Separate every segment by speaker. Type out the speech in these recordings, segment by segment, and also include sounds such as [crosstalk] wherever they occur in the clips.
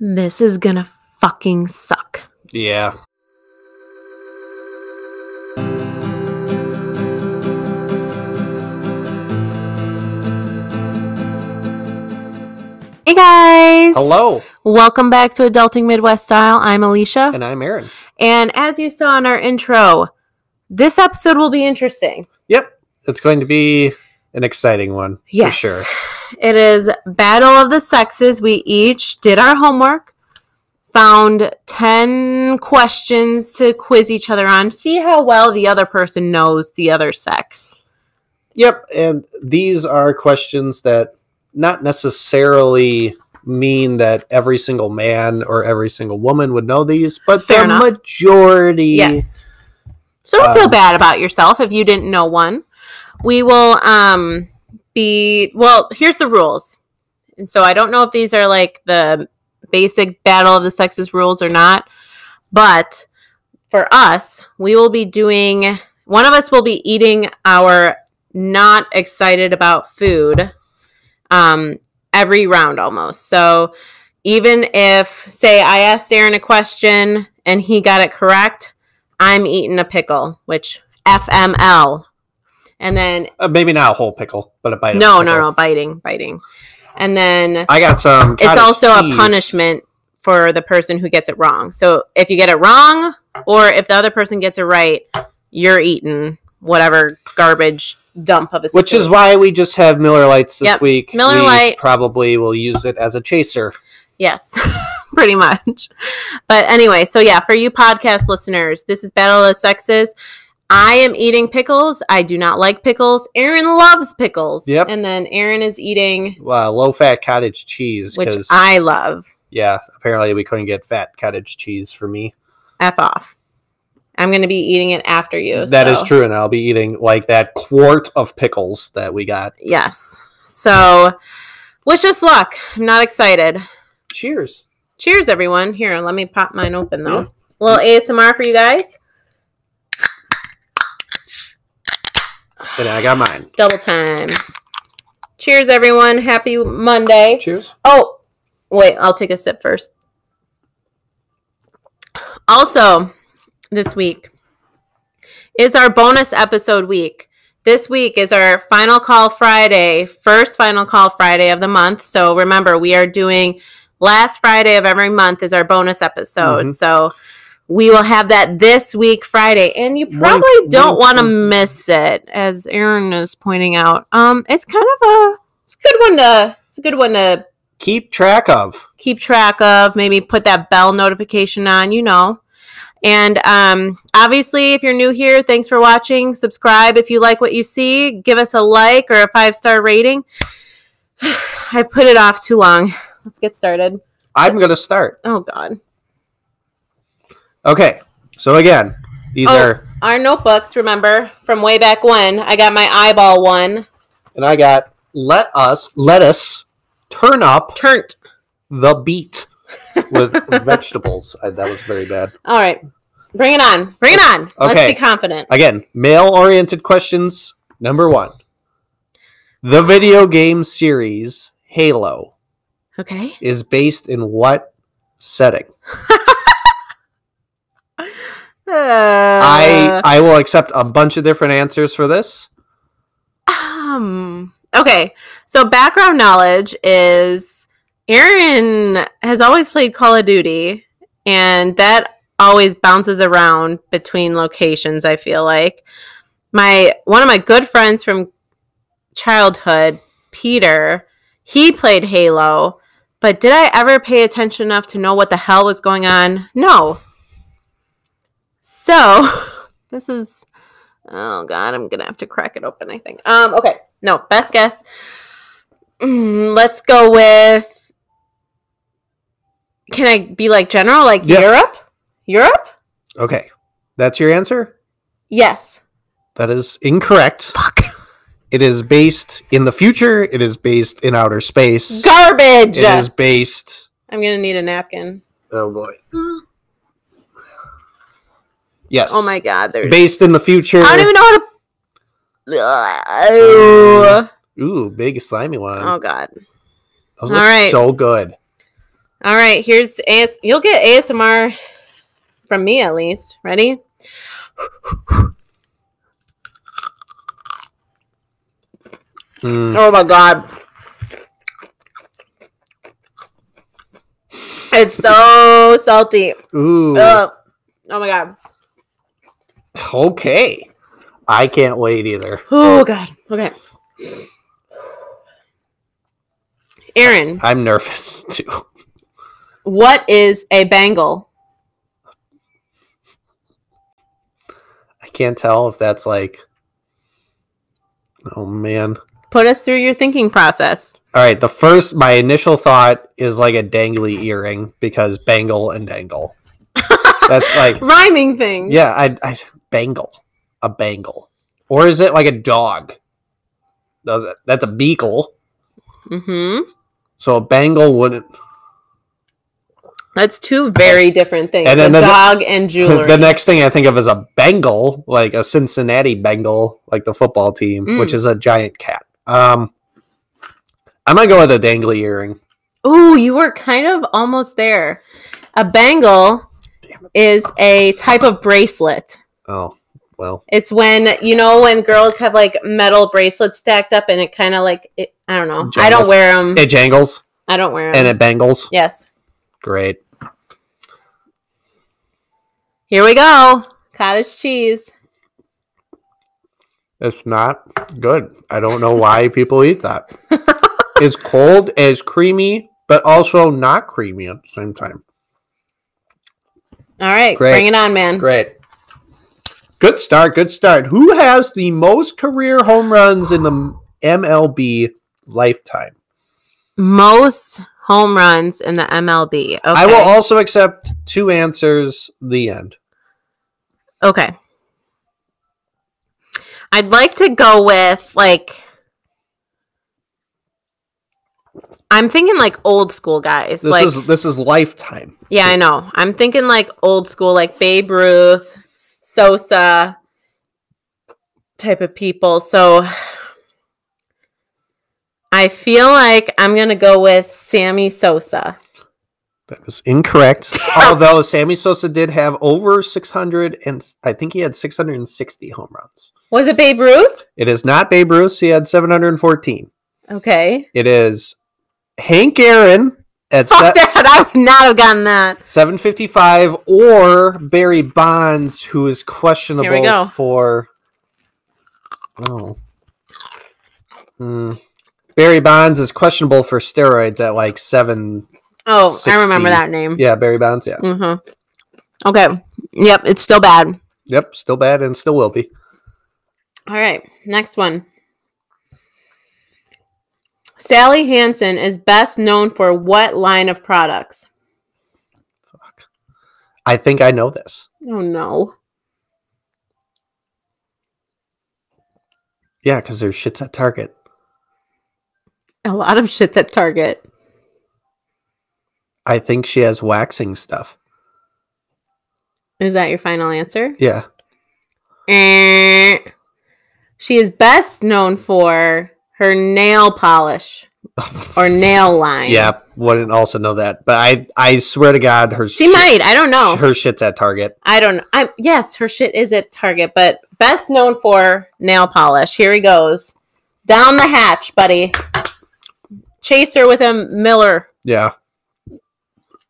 Speaker 1: This is gonna fucking suck.
Speaker 2: Yeah.
Speaker 1: Hey guys!
Speaker 2: Hello,
Speaker 1: Welcome back to Adulting Midwest Style. I'm Alicia.
Speaker 2: and I'm Aaron.
Speaker 1: And as you saw in our intro, this episode will be interesting.
Speaker 2: Yep, it's going to be an exciting one
Speaker 1: Yes.
Speaker 2: for sure.
Speaker 1: It is Battle of the Sexes. We each did our homework, found 10 questions to quiz each other on, see how well the other person knows the other sex.
Speaker 2: Yep, and these are questions that not necessarily mean that every single man or every single woman would know these, but
Speaker 1: Fair
Speaker 2: the
Speaker 1: enough.
Speaker 2: majority.
Speaker 1: Yes. So don't feel
Speaker 2: Um,
Speaker 1: bad about yourself if you didn't know one. We will um be well, here's the rules. And so I don't know if these are like the basic battle of the sexes rules or not, but for us, we will be doing one of us will be eating our not excited about food um every round almost. So even if say I asked Aaron a question and he got it correct, I'm eating a pickle, which FML. And then
Speaker 2: Uh, maybe not a whole pickle, but a bite. of
Speaker 1: no,
Speaker 2: pickle.
Speaker 1: no, no, biting, biting. And then
Speaker 2: I got some.
Speaker 1: it's
Speaker 2: cottage
Speaker 1: also a
Speaker 2: cheese.
Speaker 1: punishment for the person who gets it wrong. So if you get it wrong or if the other person gets it right, you're eating whatever garbage dump of a
Speaker 2: Which is
Speaker 1: situation.
Speaker 2: why we just have Miller Lights this
Speaker 1: Yep,
Speaker 2: week.
Speaker 1: Miller
Speaker 2: we
Speaker 1: Lite.
Speaker 2: probably will use it as a chaser.
Speaker 1: Yes, [laughs] pretty much. But anyway, so yeah, for you podcast listeners, this is Battle of the Sexes. I am eating pickles. I do not like pickles. Aaron loves pickles.
Speaker 2: Yep.
Speaker 1: And then Aaron is eating,
Speaker 2: Wow, low fat uh, cottage cheese.
Speaker 1: which
Speaker 2: 'cause-
Speaker 1: I love.
Speaker 2: yeah, apparently we couldn't get fat cottage cheese for me.
Speaker 1: F off. I'm going to be eating it after you.
Speaker 2: That is
Speaker 1: so-
Speaker 2: true, and I'll be eating like that quart of pickles that we got.
Speaker 1: Yes. So wish us luck. I'm not excited.
Speaker 2: Cheers.
Speaker 1: Cheers, everyone. Here, let me pop mine open, though.
Speaker 2: Yeah.
Speaker 1: little ASMR for you guys.
Speaker 2: And I got mine.
Speaker 1: Double time. Cheers, everyone. Happy Monday.
Speaker 2: Cheers.
Speaker 1: Oh, wait, I'll take a sip first. Also, this week is our bonus episode week. This week is our final call Friday, first final call Friday of the month. So remember, we are doing last Friday of every month is our bonus episode.
Speaker 2: Mhm.
Speaker 1: So we will have that this week Friday, and you
Speaker 2: One-
Speaker 1: probably don't
Speaker 2: one-
Speaker 1: want to
Speaker 2: one-
Speaker 1: miss it, as Aaron is pointing out. Um, it's kind of a it's a good one to it's a good one to
Speaker 2: Keep track of.
Speaker 1: keep track of maybe put that bell notification on you know and um, obviously if you're new here thanks for watching subscribe if you like what you see give us a like or a five star rating [sighs] i've put it off too long let's get started
Speaker 2: I'm gonna start.
Speaker 1: oh god
Speaker 2: Okay. So again, these
Speaker 1: Oh.
Speaker 2: are
Speaker 1: our notebooks remember from way back when i got my eyeball one
Speaker 2: and I got let us let us turn up
Speaker 1: turnt
Speaker 2: the beat
Speaker 1: [laughs]
Speaker 2: with vegetables. I, that was very bad.
Speaker 1: all right bring it on bring it on let's
Speaker 2: Okay.
Speaker 1: be confident
Speaker 2: Again, male oriented questions. Number one. The video game series Halo
Speaker 1: okay
Speaker 2: is based in what setting?
Speaker 1: Uh.
Speaker 2: I I will accept a bunch of different answers for this.
Speaker 1: Um. Okay. So background knowledge is Aaron has always played Call of Duty, and that always bounces around between locations. I feel like my one of my good friends from childhood, Peter, he played Halo. But did I ever pay attention enough to know what the hell was going on? No. So, [laughs] this is Oh god, I'm gonna have to crack it open. I think. Um. Okay. No. Best guess. Mm, let's go with. Can I be like general, like
Speaker 2: Yeah.
Speaker 1: Europe? Europe?
Speaker 2: Okay. That's your answer?
Speaker 1: Yes.
Speaker 2: That is incorrect.
Speaker 1: Fuck.
Speaker 2: It is based in the future. It is based in outer space.
Speaker 1: Garbage.
Speaker 2: It is based
Speaker 1: I'm gonna need a napkin.
Speaker 2: Oh boy. Yes.
Speaker 1: Oh my god. There's.
Speaker 2: Based in the future.
Speaker 1: I don't even know how to.
Speaker 2: Ooh, big slimy one.
Speaker 1: Oh god.
Speaker 2: Those
Speaker 1: all
Speaker 2: look
Speaker 1: right.
Speaker 2: so good.
Speaker 1: All right, here's AS. You'll get ASMR from me at least. Ready?
Speaker 2: Mm.
Speaker 1: Oh my god. It's so salty.
Speaker 2: Ooh.
Speaker 1: Ugh. Oh my god.
Speaker 2: Okay. I can't wait either.
Speaker 1: Oh god. Okay. Aaron,
Speaker 2: I'm nervous [laughs] too.
Speaker 1: what is a bangle?
Speaker 2: I can't tell if that's like. Oh man.
Speaker 1: Put us through your thinking process.
Speaker 2: All right. The first, my initial thought is like a dangly earring because bangle and dangle. That's like,
Speaker 1: Rhyming thing.
Speaker 2: yeah, I, I bangle, a bangle, or is it like a dog? No, that- That's a beagle.
Speaker 1: Mm-hmm.
Speaker 2: So a bangle wouldn't.
Speaker 1: That's two very different things.
Speaker 2: And then
Speaker 1: a
Speaker 2: the-
Speaker 1: dog and jewelry.
Speaker 2: [laughs] the next thing I think of is a Bengal, like a Cincinnati Bengal, like the football team,
Speaker 1: Mm.
Speaker 2: which is a giant cat. Um, I'm gonna go with a dangly earring.
Speaker 1: Ooh, you were kind of almost there. A bangle
Speaker 2: Damn
Speaker 1: is a type of bracelet.
Speaker 2: Oh, well,
Speaker 1: It's when you know when girls have like metal bracelets stacked up, and it kind of like it, I don't know. I don't
Speaker 2: Jangles.
Speaker 1: wear them.
Speaker 2: it jangles
Speaker 1: I don't wear them.
Speaker 2: and it bangles.
Speaker 1: yes.
Speaker 2: Great.
Speaker 1: Here we go. Cottage cheese.
Speaker 2: It's not good. I don't know why people eat [laughs] that. it's cold, it's creamy, but also not creamy at the same time.
Speaker 1: All right,
Speaker 2: Great.
Speaker 1: bring it on, man.
Speaker 2: Great. Good start. Good start. Who has the most career home runs in the MLB lifetime?
Speaker 1: Most home runs in the MLB. Okay.
Speaker 2: I will also accept two answers. The end.
Speaker 1: okay. I'd like to go with like. I'm thinking like old school guys.
Speaker 2: This
Speaker 1: like,
Speaker 2: is this is lifetime.
Speaker 1: Yeah, I know. I'm thinking like old school, like Babe Ruth, Sosa type of people. So I feel like I'm going to go with Sammy Sosa.
Speaker 2: That is
Speaker 1: [laughs]
Speaker 2: incorrect. Although Sammy Sosa did have over 600 and s- I think he had 660 home runs.
Speaker 1: Was it Babe Ruth?
Speaker 2: It is not Babe Ruth. He had 714.
Speaker 1: Okay.
Speaker 2: It is Hank Aaron at
Speaker 1: Fuck
Speaker 2: se-
Speaker 1: that. [laughs] I would not have gotten that.
Speaker 2: 755 or Barry Bonds, who is questionable
Speaker 1: go.
Speaker 2: for. Oh. Hmm. Barry Bonds is questionable for steroids at like seven.
Speaker 1: Oh, I
Speaker 2: 60.
Speaker 1: remember that name.
Speaker 2: Yeah, Barry Bonds. Yeah.
Speaker 1: Mhm. Okay. Yep. It's still bad.
Speaker 2: Yep. Still bad and still will be.
Speaker 1: All right. Next one. Sally Hansen is best known for what line of products?
Speaker 2: Fuck. I think I know this.
Speaker 1: Oh no.
Speaker 2: Yeah, because there's shits at Target.
Speaker 1: A lot of shits at Target.
Speaker 2: I think she has waxing stuff.
Speaker 1: Is that your final answer?
Speaker 2: Yeah.
Speaker 1: Eh. She is best known for her nail polish or nail line.
Speaker 2: Yeah. Wouldn't also know that, but I I swear to God, her
Speaker 1: She
Speaker 2: shit-
Speaker 1: might. I don't know.
Speaker 2: her shits at Target.
Speaker 1: I don't know. I'm, yes, her shit is at Target, but best known for nail polish. Here he goes. Down the hatch, buddy. Chase her with a Miller.
Speaker 2: Yeah.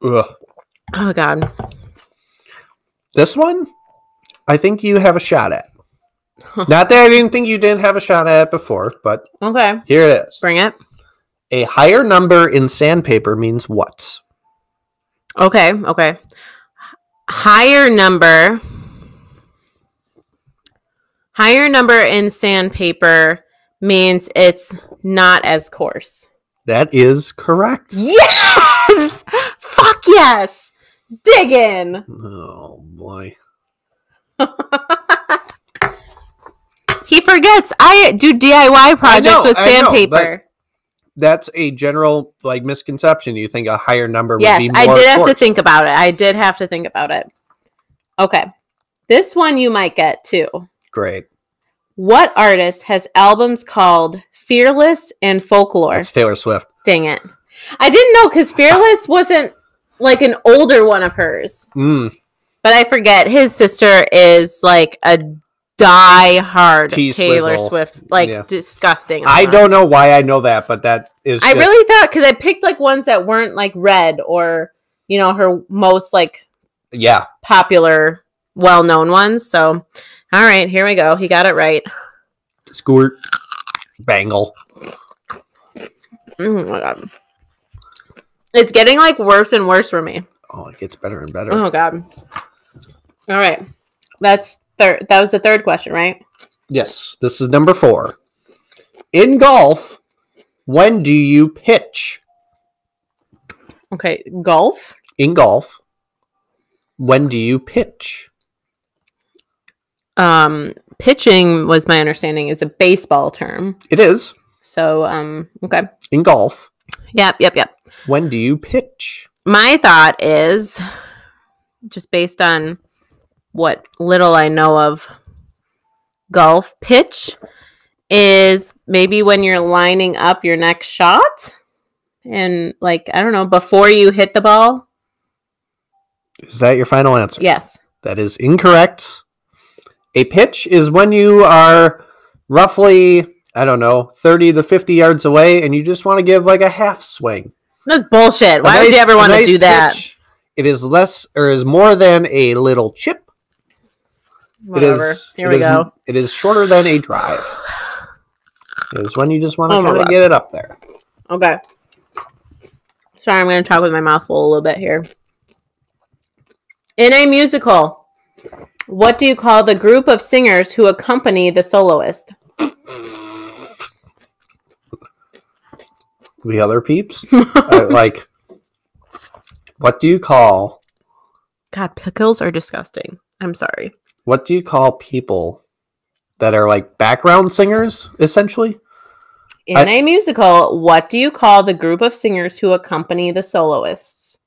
Speaker 2: Ugh.
Speaker 1: Oh, God.
Speaker 2: This one, I think you have a
Speaker 1: [laughs]
Speaker 2: shot at. Not that I didn't think you didn't have a shot at it before, but
Speaker 1: Okay.
Speaker 2: here it is.
Speaker 1: Bring it.
Speaker 2: A higher number in sandpaper means what?
Speaker 1: Okay, okay. Higher number. Higher number in sandpaper means it's not as coarse.
Speaker 2: That is correct.
Speaker 1: Yes! [laughs] Fuck yes! Dig in!
Speaker 2: Oh boy.
Speaker 1: He forgets. I do DIY projects
Speaker 2: know,
Speaker 1: with
Speaker 2: I know,
Speaker 1: sandpaper.
Speaker 2: That's a general like misconception. You think a higher number would
Speaker 1: yes,
Speaker 2: be more
Speaker 1: I did have to
Speaker 2: coarse.
Speaker 1: think about it. I did have to think about it. Okay. This one you might get too.
Speaker 2: Great.
Speaker 1: What artist has albums called Fearless and Folklore?
Speaker 2: It's Taylor Swift.
Speaker 1: Dang it. I didn't know because Fearless wasn't like an older one of hers,
Speaker 2: Mm,
Speaker 1: but I forget. His sister is like a die-hard
Speaker 2: Tea
Speaker 1: Taylor
Speaker 2: swizzle.
Speaker 1: Swift, like
Speaker 2: Yeah.
Speaker 1: disgusting.
Speaker 2: I
Speaker 1: almost.
Speaker 2: don't know why I know that, but that is.
Speaker 1: I
Speaker 2: just-
Speaker 1: really thought because I picked like ones that weren't like red or you know her most like
Speaker 2: Yeah.
Speaker 1: popular, well-known ones. So, all right, here we go. He got it right.
Speaker 2: Squirt. Bangle.
Speaker 1: Oh my god. It's getting like worse and worse for me.
Speaker 2: Oh, it gets better and better.
Speaker 1: Oh god. All right. That's third that was the third question, right?
Speaker 2: Yes, this is number four. In golf, when do you pitch?
Speaker 1: Okay. Golf?
Speaker 2: In golf, when do you pitch?
Speaker 1: Um pitching was my understanding is a baseball term.
Speaker 2: It is
Speaker 1: So um okay.
Speaker 2: in golf.
Speaker 1: Yep, yep, yep.
Speaker 2: When do you pitch?
Speaker 1: my thought is just based on what little I know of golf pitch is maybe when you're lining up your next shot and like I don't know before you hit the ball.
Speaker 2: Is that your final answer?
Speaker 1: Yes.
Speaker 2: That is incorrect. A pitch is when you are roughly, I don't know, 30 to 50 yards away and you just want to give like a half swing.
Speaker 1: That's bullshit.
Speaker 2: A
Speaker 1: Why would
Speaker 2: nice-
Speaker 1: you ever
Speaker 2: a
Speaker 1: want to
Speaker 2: nice
Speaker 1: do that?
Speaker 2: pitch, It is less or is more than a little chip.
Speaker 1: Whatever.
Speaker 2: It is,
Speaker 1: Here
Speaker 2: it
Speaker 1: we
Speaker 2: is-
Speaker 1: go.
Speaker 2: It is shorter than a drive. It is when you just want to
Speaker 1: Oh my
Speaker 2: kind of
Speaker 1: God.
Speaker 2: get it up there.
Speaker 1: Okay. Sorry, I'm going to talk with my mouth full a little bit here. In a musical, what do you call the group of singers who accompany the soloist?
Speaker 2: The other peeps,
Speaker 1: [laughs]
Speaker 2: I- like, what do you call
Speaker 1: God, pickles are disgusting. I'm sorry.
Speaker 2: what do you call people that are like background singers essentially?
Speaker 1: In
Speaker 2: I-
Speaker 1: a musical, what do you call the group of singers who accompany the soloists?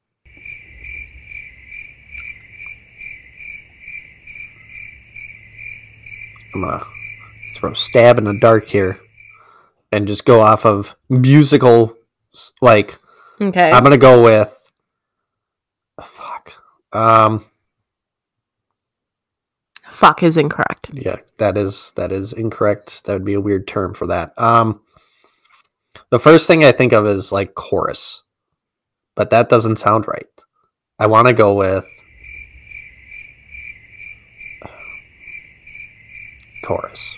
Speaker 2: I'm gonna throw a stab in the dark here, and just go off of musical. s- Like,
Speaker 1: Okay.
Speaker 2: I'm gonna go with fuck. Um,
Speaker 1: Fuck is incorrect.
Speaker 2: Yeah, that is that is incorrect. That would be a weird term for that. Um the first thing I think of is like chorus. But that doesn't sound right. I want to go with chorus.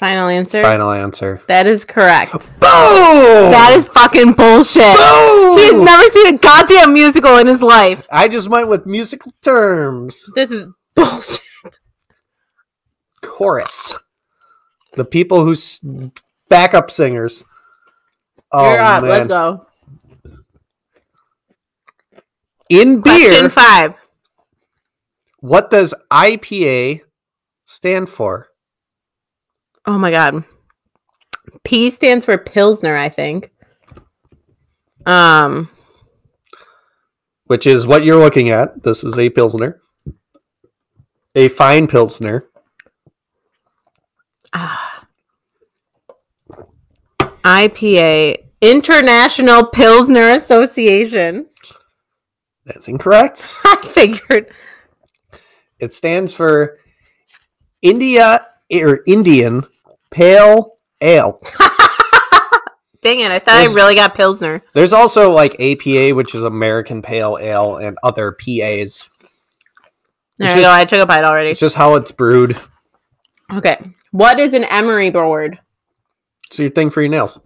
Speaker 1: Final answer?
Speaker 2: Final Oh. answer.
Speaker 1: That is correct.
Speaker 2: Boom! That
Speaker 1: That is fucking bullshit.
Speaker 2: boom.
Speaker 1: He's never seen a goddamn musical in his life.
Speaker 2: I just went with musical terms.
Speaker 1: This is bullshit.
Speaker 2: Chorus. The people who s- backup singers. Oh,
Speaker 1: You're up. Let's
Speaker 2: man.
Speaker 1: go.
Speaker 2: In beer.
Speaker 1: Question five.
Speaker 2: What does IPA stand for?
Speaker 1: Oh my god. P stands for Pilsner, I think. Um,
Speaker 2: Which is what you're looking at. This is a Pilsner. A fine Pilsner.
Speaker 1: ah. IPA International Pilsner Association. [laughs]
Speaker 2: That's incorrect.
Speaker 1: I figured.
Speaker 2: It stands for India or Indian Pale Ale.
Speaker 1: Dang it! I thought I
Speaker 2: There's-
Speaker 1: really got Pilsner.
Speaker 2: There's also like APA, which is American Pale Ale, and other PAs.
Speaker 1: There
Speaker 2: It's
Speaker 1: we go.
Speaker 2: just-
Speaker 1: I took a bite already.
Speaker 2: It's just how it's brewed.
Speaker 1: Okay. What is an emery board?
Speaker 2: It's your thing for your nails.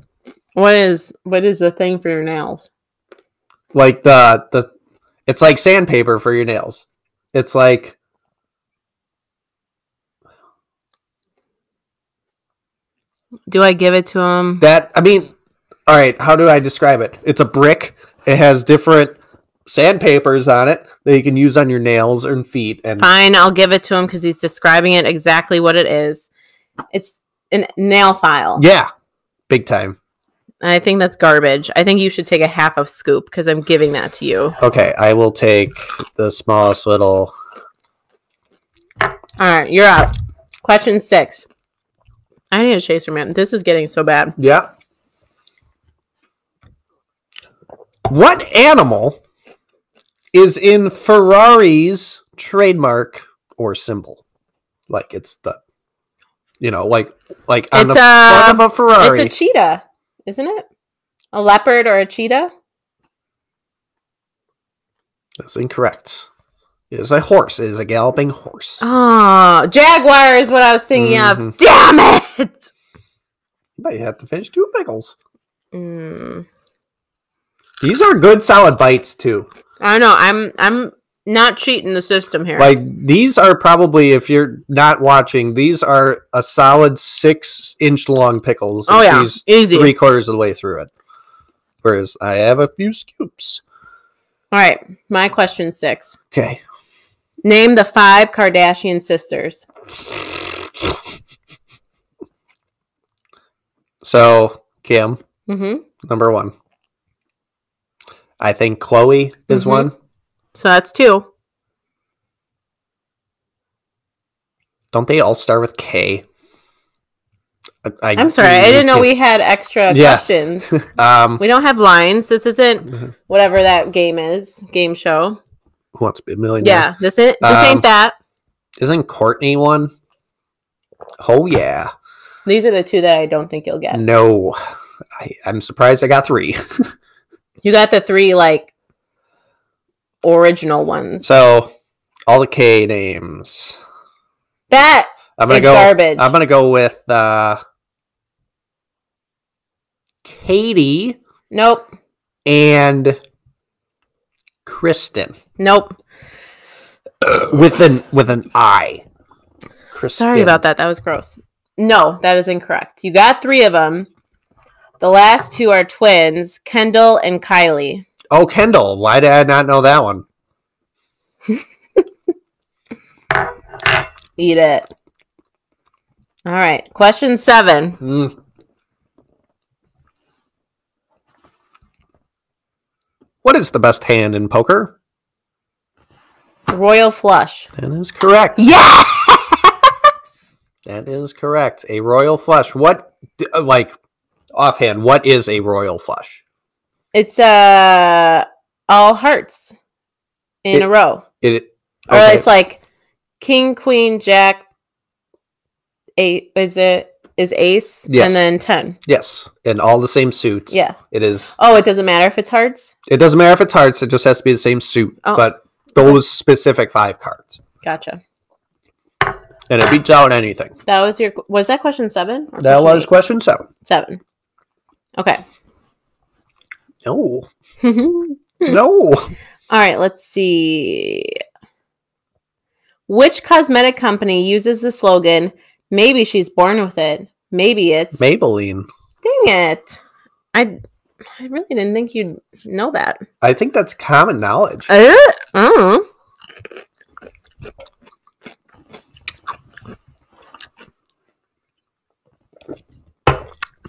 Speaker 1: What is what is the thing for your nails?
Speaker 2: Like the the, it's like sandpaper for your nails. It's like
Speaker 1: Do I give it to him?
Speaker 2: That I mean, all right. How do I describe it? It's a brick. It has different sandpapers on it that you can use on your nails and feet. And
Speaker 1: Fine, I'll give it to him because he's describing it exactly what it is. It's a nail file.
Speaker 2: yeah, big time.
Speaker 1: I think that's garbage. I think you should take a half of scoop because I'm giving that to you.
Speaker 2: Okay, I will take the smallest little.
Speaker 1: All right, you're up. Question six. I need a chaser, man. This is getting so bad.
Speaker 2: Yeah. What animal is in Ferrari's trademark or symbol. Like it's the you know, like like on
Speaker 1: It's
Speaker 2: the
Speaker 1: a-
Speaker 2: front of a Ferrari.
Speaker 1: It's a cheetah, isn't it? A leopard or a cheetah?
Speaker 2: That's incorrect. It is a horse. It is a galloping horse. Ah.
Speaker 1: Oh, jaguar is what I was thinking
Speaker 2: Mm-hmm.
Speaker 1: of. Damn it!
Speaker 2: But you have to finish two pickles.
Speaker 1: Mm.
Speaker 2: These are good solid bites too.
Speaker 1: I don't know. I'm I'm not cheating the system here.
Speaker 2: Like these are probably if you're not watching, these are a solid six inch long pickles.
Speaker 1: oh
Speaker 2: and
Speaker 1: yeah,
Speaker 2: she's
Speaker 1: easy.
Speaker 2: three quarters of the way through it. Whereas I have a few scoops.
Speaker 1: All right, my question six.
Speaker 2: Okay.
Speaker 1: Name the five Kardashian sisters.
Speaker 2: So Kim,
Speaker 1: Mm-hmm.
Speaker 2: number one. I think Chloe is
Speaker 1: Mhm.
Speaker 2: one.
Speaker 1: So that's two.
Speaker 2: Don't they all start with K? I, I
Speaker 1: I'm sorry, I didn't know we had extra
Speaker 2: Yeah. [laughs]
Speaker 1: questions.
Speaker 2: Um,
Speaker 1: we don't have lines. This isn't
Speaker 2: who
Speaker 1: whatever that game is, game show.
Speaker 2: wants to be a millionaire?
Speaker 1: Yeah, this ain't this
Speaker 2: Um,
Speaker 1: ain't that.
Speaker 2: Isn't Courtney one? Oh yeah.
Speaker 1: These are the two that I don't think you'll
Speaker 2: Mm.
Speaker 1: get.
Speaker 2: No. I, I'm surprised I got three. [laughs]
Speaker 1: You got the three like original ones.
Speaker 2: So all the K names.
Speaker 1: That
Speaker 2: I'm gonna
Speaker 1: It's
Speaker 2: go
Speaker 1: garbage.
Speaker 2: I'm gonna go with uh Katie
Speaker 1: nope,
Speaker 2: and Kristen.
Speaker 1: nope.
Speaker 2: With an with an I. Kristen.
Speaker 1: Sorry about that. That was gross. No, that is incorrect. You got three of them. The last two are twins, Kendall and Kylie.
Speaker 2: Oh Kendall, why did I not know that one?
Speaker 1: Eat it. All right. Question seven.
Speaker 2: Mm. What is the best hand in poker?
Speaker 1: Royal flush.
Speaker 2: That is correct.
Speaker 1: Yeah.
Speaker 2: That is correct. A royal flush. What, d- uh, like, offhand, what is a royal flush?
Speaker 1: It's uh all hearts in
Speaker 2: It-
Speaker 1: a row.
Speaker 2: It.
Speaker 1: Or Uh,
Speaker 2: okay.
Speaker 1: it's like king, queen, jack, eight is it is ace
Speaker 2: Yes.
Speaker 1: and then 10.
Speaker 2: yes, and all the same suits.
Speaker 1: Yeah.
Speaker 2: It is.
Speaker 1: Oh, it doesn't matter if it's hearts.
Speaker 2: It doesn't matter if it's hearts. It just has to be the same suit.
Speaker 1: Oh.
Speaker 2: But those specific five cards,
Speaker 1: Gotcha.
Speaker 2: and
Speaker 1: Ah.
Speaker 2: it beats out anything.
Speaker 1: That was your was that question 7 or
Speaker 2: That
Speaker 1: question
Speaker 2: was
Speaker 1: eight?
Speaker 2: question seven.
Speaker 1: 7. Okay.
Speaker 2: No,
Speaker 1: [laughs] all
Speaker 2: no.
Speaker 1: right, let's see. Which cosmetic company uses the slogan maybe she's born with it? Maybe it's
Speaker 2: Maybelline.
Speaker 1: Dang it. I I really didn't think you'd know that.
Speaker 2: I think that's common knowledge.
Speaker 1: Uh, mm.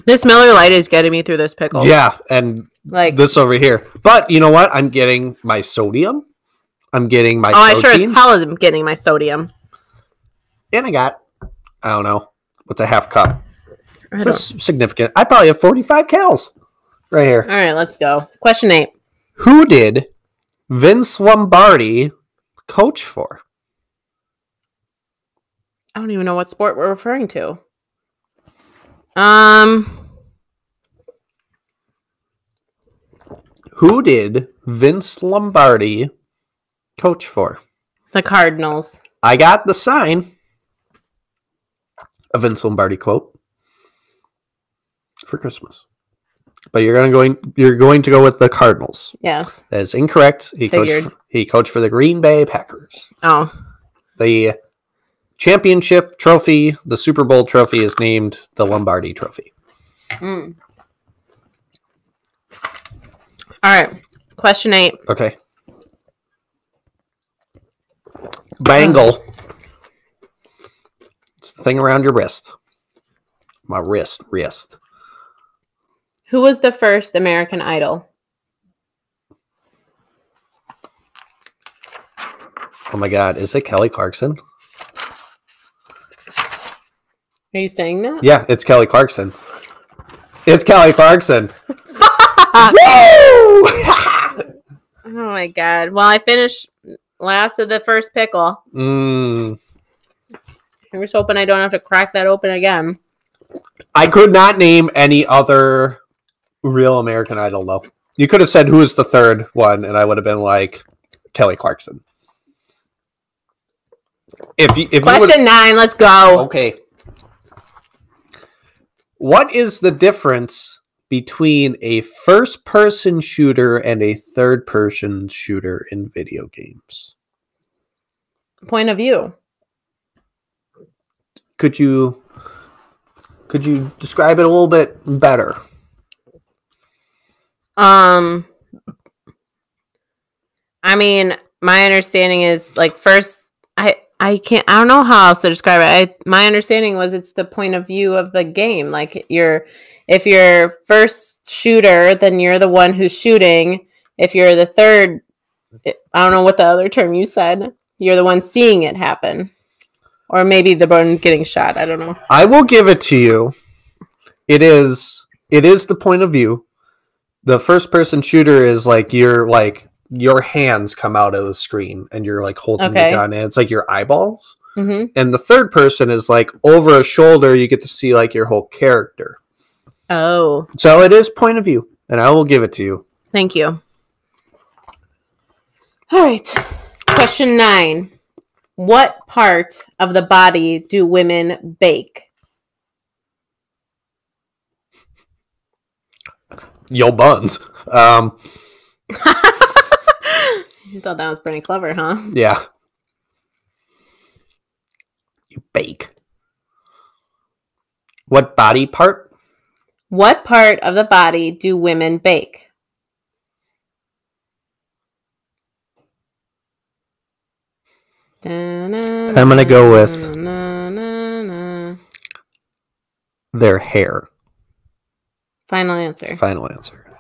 Speaker 1: This Miller Lite is getting me through this pickle.
Speaker 2: Yeah, and
Speaker 1: Like,
Speaker 2: this over here. But you know what? I'm getting my sodium. I'm getting my
Speaker 1: oh, I sure
Speaker 2: protein.
Speaker 1: as hell am getting my sodium.
Speaker 2: and I got, I don't know, what's a half cup?
Speaker 1: I
Speaker 2: It's
Speaker 1: don't-
Speaker 2: a s- significant. I probably have 45 cals right here.
Speaker 1: All right, let's go. Question eight.
Speaker 2: Who did Vince Lombardi coach for?
Speaker 1: I don't even know what sport we're referring to. Um,
Speaker 2: Who did Vince Lombardi coach for?
Speaker 1: the Cardinals.
Speaker 2: I got the sign, a Vince Lombardi quote for Christmas. But you're gonna going you're going to go with the Cardinals.
Speaker 1: Yes.
Speaker 2: That is incorrect. He coached
Speaker 1: Figured.
Speaker 2: for, he coached for the Green Bay Packers.
Speaker 1: Oh,
Speaker 2: The championship trophy, the Super Bowl trophy, is named the Lombardi Trophy.
Speaker 1: Mm. All right. Question eight.
Speaker 2: Okay. Bangle. It's the thing around your wrist. My wrist, wrist.
Speaker 1: Who was the first American Idol?
Speaker 2: Oh my God, is it Kelly Clarkson?
Speaker 1: Are you saying that?
Speaker 2: Yeah, it's Kelly Clarkson. It's Kelly Clarkson. Woo!
Speaker 1: Oh my god. Well, I finished last of the first pickle.
Speaker 2: [laughs] Mm.
Speaker 1: I'm just hoping I don't have to crack that open again.
Speaker 2: I could not name any other real American Idol though. You could have said who is the third one, and I would have been like Kelly Clarkson. If you, if you would,
Speaker 1: Question nine. Let's go.
Speaker 2: okay. What is the difference between a first-person shooter and a third-person shooter in video games?
Speaker 1: Point of view.
Speaker 2: Could you could you describe it a little bit better?
Speaker 1: Um, I mean, my understanding is like first, I I can't. I don't know how else to describe it. I my understanding was it's the point of view of the game. Like you're, if you're first shooter, then you're the one who's shooting. If you're the third, I don't know what the other term you said. You're the one seeing it happen, or maybe the one getting shot. I don't know.
Speaker 2: I will give it to you. It is it is the point of view. The first person shooter is like your like your hands come out of the screen and you're like holding
Speaker 1: Okay.
Speaker 2: the gun and it's like your eyeballs.
Speaker 1: hmm
Speaker 2: And the third person is like over a shoulder you get to see like your whole character.
Speaker 1: Oh,
Speaker 2: So it is point of view and I will give it to you.
Speaker 1: Thank you. All right. Question nine What part of the body do women bake?
Speaker 2: Yo buns. Um
Speaker 1: You thought that was pretty clever, huh?
Speaker 2: yeah. You bake. What body part?
Speaker 1: What part of the body do women bake? I'm
Speaker 2: gonna go with- Their hair.
Speaker 1: Final answer.
Speaker 2: Final answer.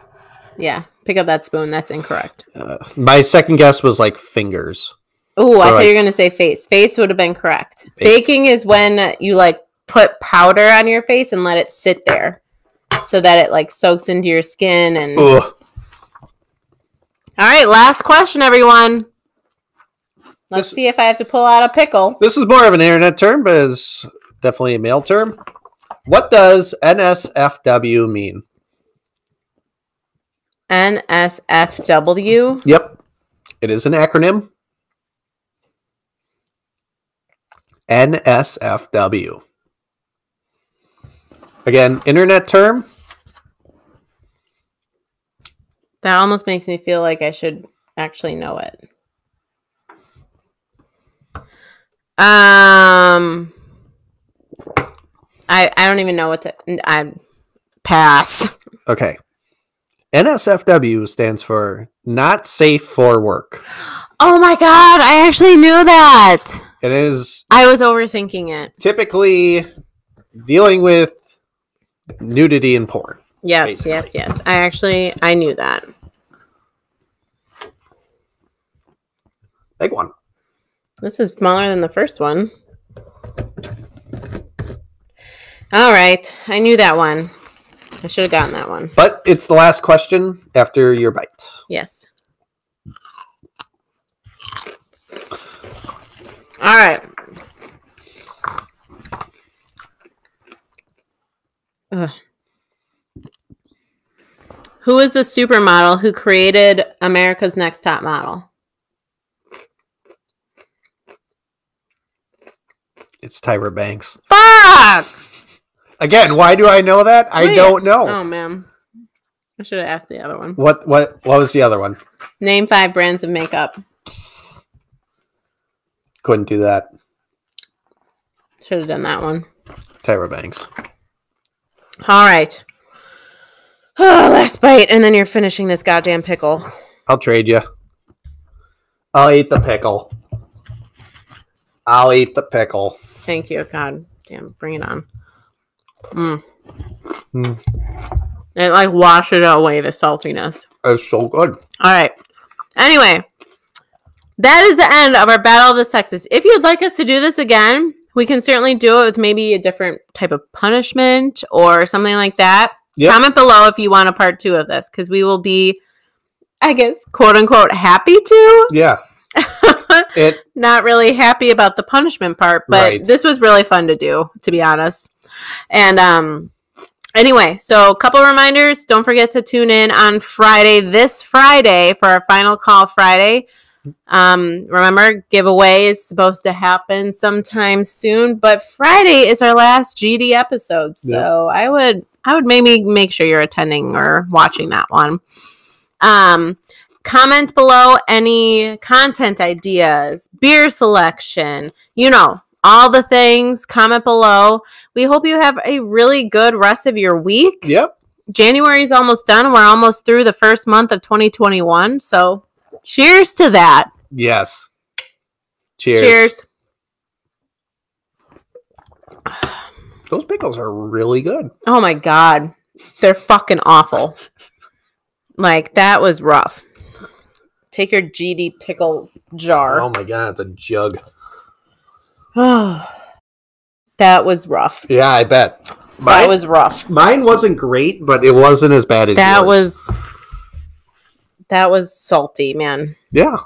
Speaker 1: Yeah. Pick up that spoon. That's incorrect.
Speaker 2: Uh, my second guess was like fingers.
Speaker 1: Oh, I
Speaker 2: So,
Speaker 1: thought
Speaker 2: like-
Speaker 1: you were gonna say face. Face would have been correct.
Speaker 2: Ba-
Speaker 1: Baking is when you like put powder on your face and let it sit there, so that it like soaks into your skin. And all
Speaker 2: Ugh.
Speaker 1: right, last question, everyone. Let's
Speaker 2: This-
Speaker 1: see if I have to pull out a pickle.
Speaker 2: This is more of an internet term, but it's definitely a male term. What does NSFW mean?
Speaker 1: NSFW.
Speaker 2: Yep. It is an acronym. NSFW. Again, internet term.
Speaker 1: That almost makes me feel like I should actually know it. Um, I I don't even know what to. I pass.
Speaker 2: Okay. NSFW stands for not safe for work.
Speaker 1: Oh my god, I actually knew that.
Speaker 2: It is
Speaker 1: I was overthinking it.
Speaker 2: typically dealing with nudity and porn.
Speaker 1: Yes,
Speaker 2: Basically.
Speaker 1: yes, yes. I actually I knew that.
Speaker 2: Big one.
Speaker 1: This is smaller than the first one. All right, I knew that one. I should have gotten that one.
Speaker 2: But it's the last question after your bite.
Speaker 1: Yes. All right. Ugh. Who is the supermodel who created America's Next Top Model?
Speaker 2: It's Tyra Banks.
Speaker 1: Fuck!
Speaker 2: Again, why do I know that? I
Speaker 1: Wait.
Speaker 2: don't know.
Speaker 1: Oh, man. I should have asked the other one.
Speaker 2: What what what was the other one?
Speaker 1: Name five brands of makeup.
Speaker 2: Couldn't do that.
Speaker 1: Should have done that one.
Speaker 2: Tyra Banks.
Speaker 1: All right. [sighs] Oh, last bite, and then you're finishing this goddamn pickle.
Speaker 2: I'll trade you. I'll eat the pickle. I'll eat the pickle.
Speaker 1: Thank you, God. Damn, bring it on.
Speaker 2: Mm,
Speaker 1: It like washes away the saltiness.
Speaker 2: it's so good.
Speaker 1: All right. Anyway, that is the end of our Battle of the Sexes. If you'd like us to do this again, we can certainly do it with maybe a different type of punishment or something like that.
Speaker 2: Yep.
Speaker 1: Comment below if you want a part two of this because we will be I guess, quote unquote, happy to. [laughs]
Speaker 2: Yeah. It
Speaker 1: Not really happy about the punishment part, but
Speaker 2: Right.
Speaker 1: this was really fun to do, to be honest. And um, anyway, so a couple reminders. Don't forget to tune in on Friday, this Friday, for our final call Friday. Um, remember, giveaway is supposed to happen sometime soon, but Friday is our last GD episode, so I would I would maybe make sure you're attending or watching that one. Um, comment below any content ideas, beer selection, you know, all the things. Comment below. We hope you have a really good rest of your week.
Speaker 2: yep.
Speaker 1: January is almost done. We're almost through the first month of 2021. So, cheers to that.
Speaker 2: Yes. Cheers.
Speaker 1: Cheers.
Speaker 2: Those pickles are really good.
Speaker 1: Oh my god. They're fucking awful. Like that was rough. Take your GD pickle
Speaker 2: Oh
Speaker 1: jar.
Speaker 2: my god, it's a jug.
Speaker 1: [sighs] that was rough.
Speaker 2: Yeah, I bet.
Speaker 1: That
Speaker 2: Mine,
Speaker 1: was rough.
Speaker 2: mine wasn't great, but it wasn't as bad as
Speaker 1: That
Speaker 2: yours.
Speaker 1: was that was salty, man.
Speaker 2: Yeah.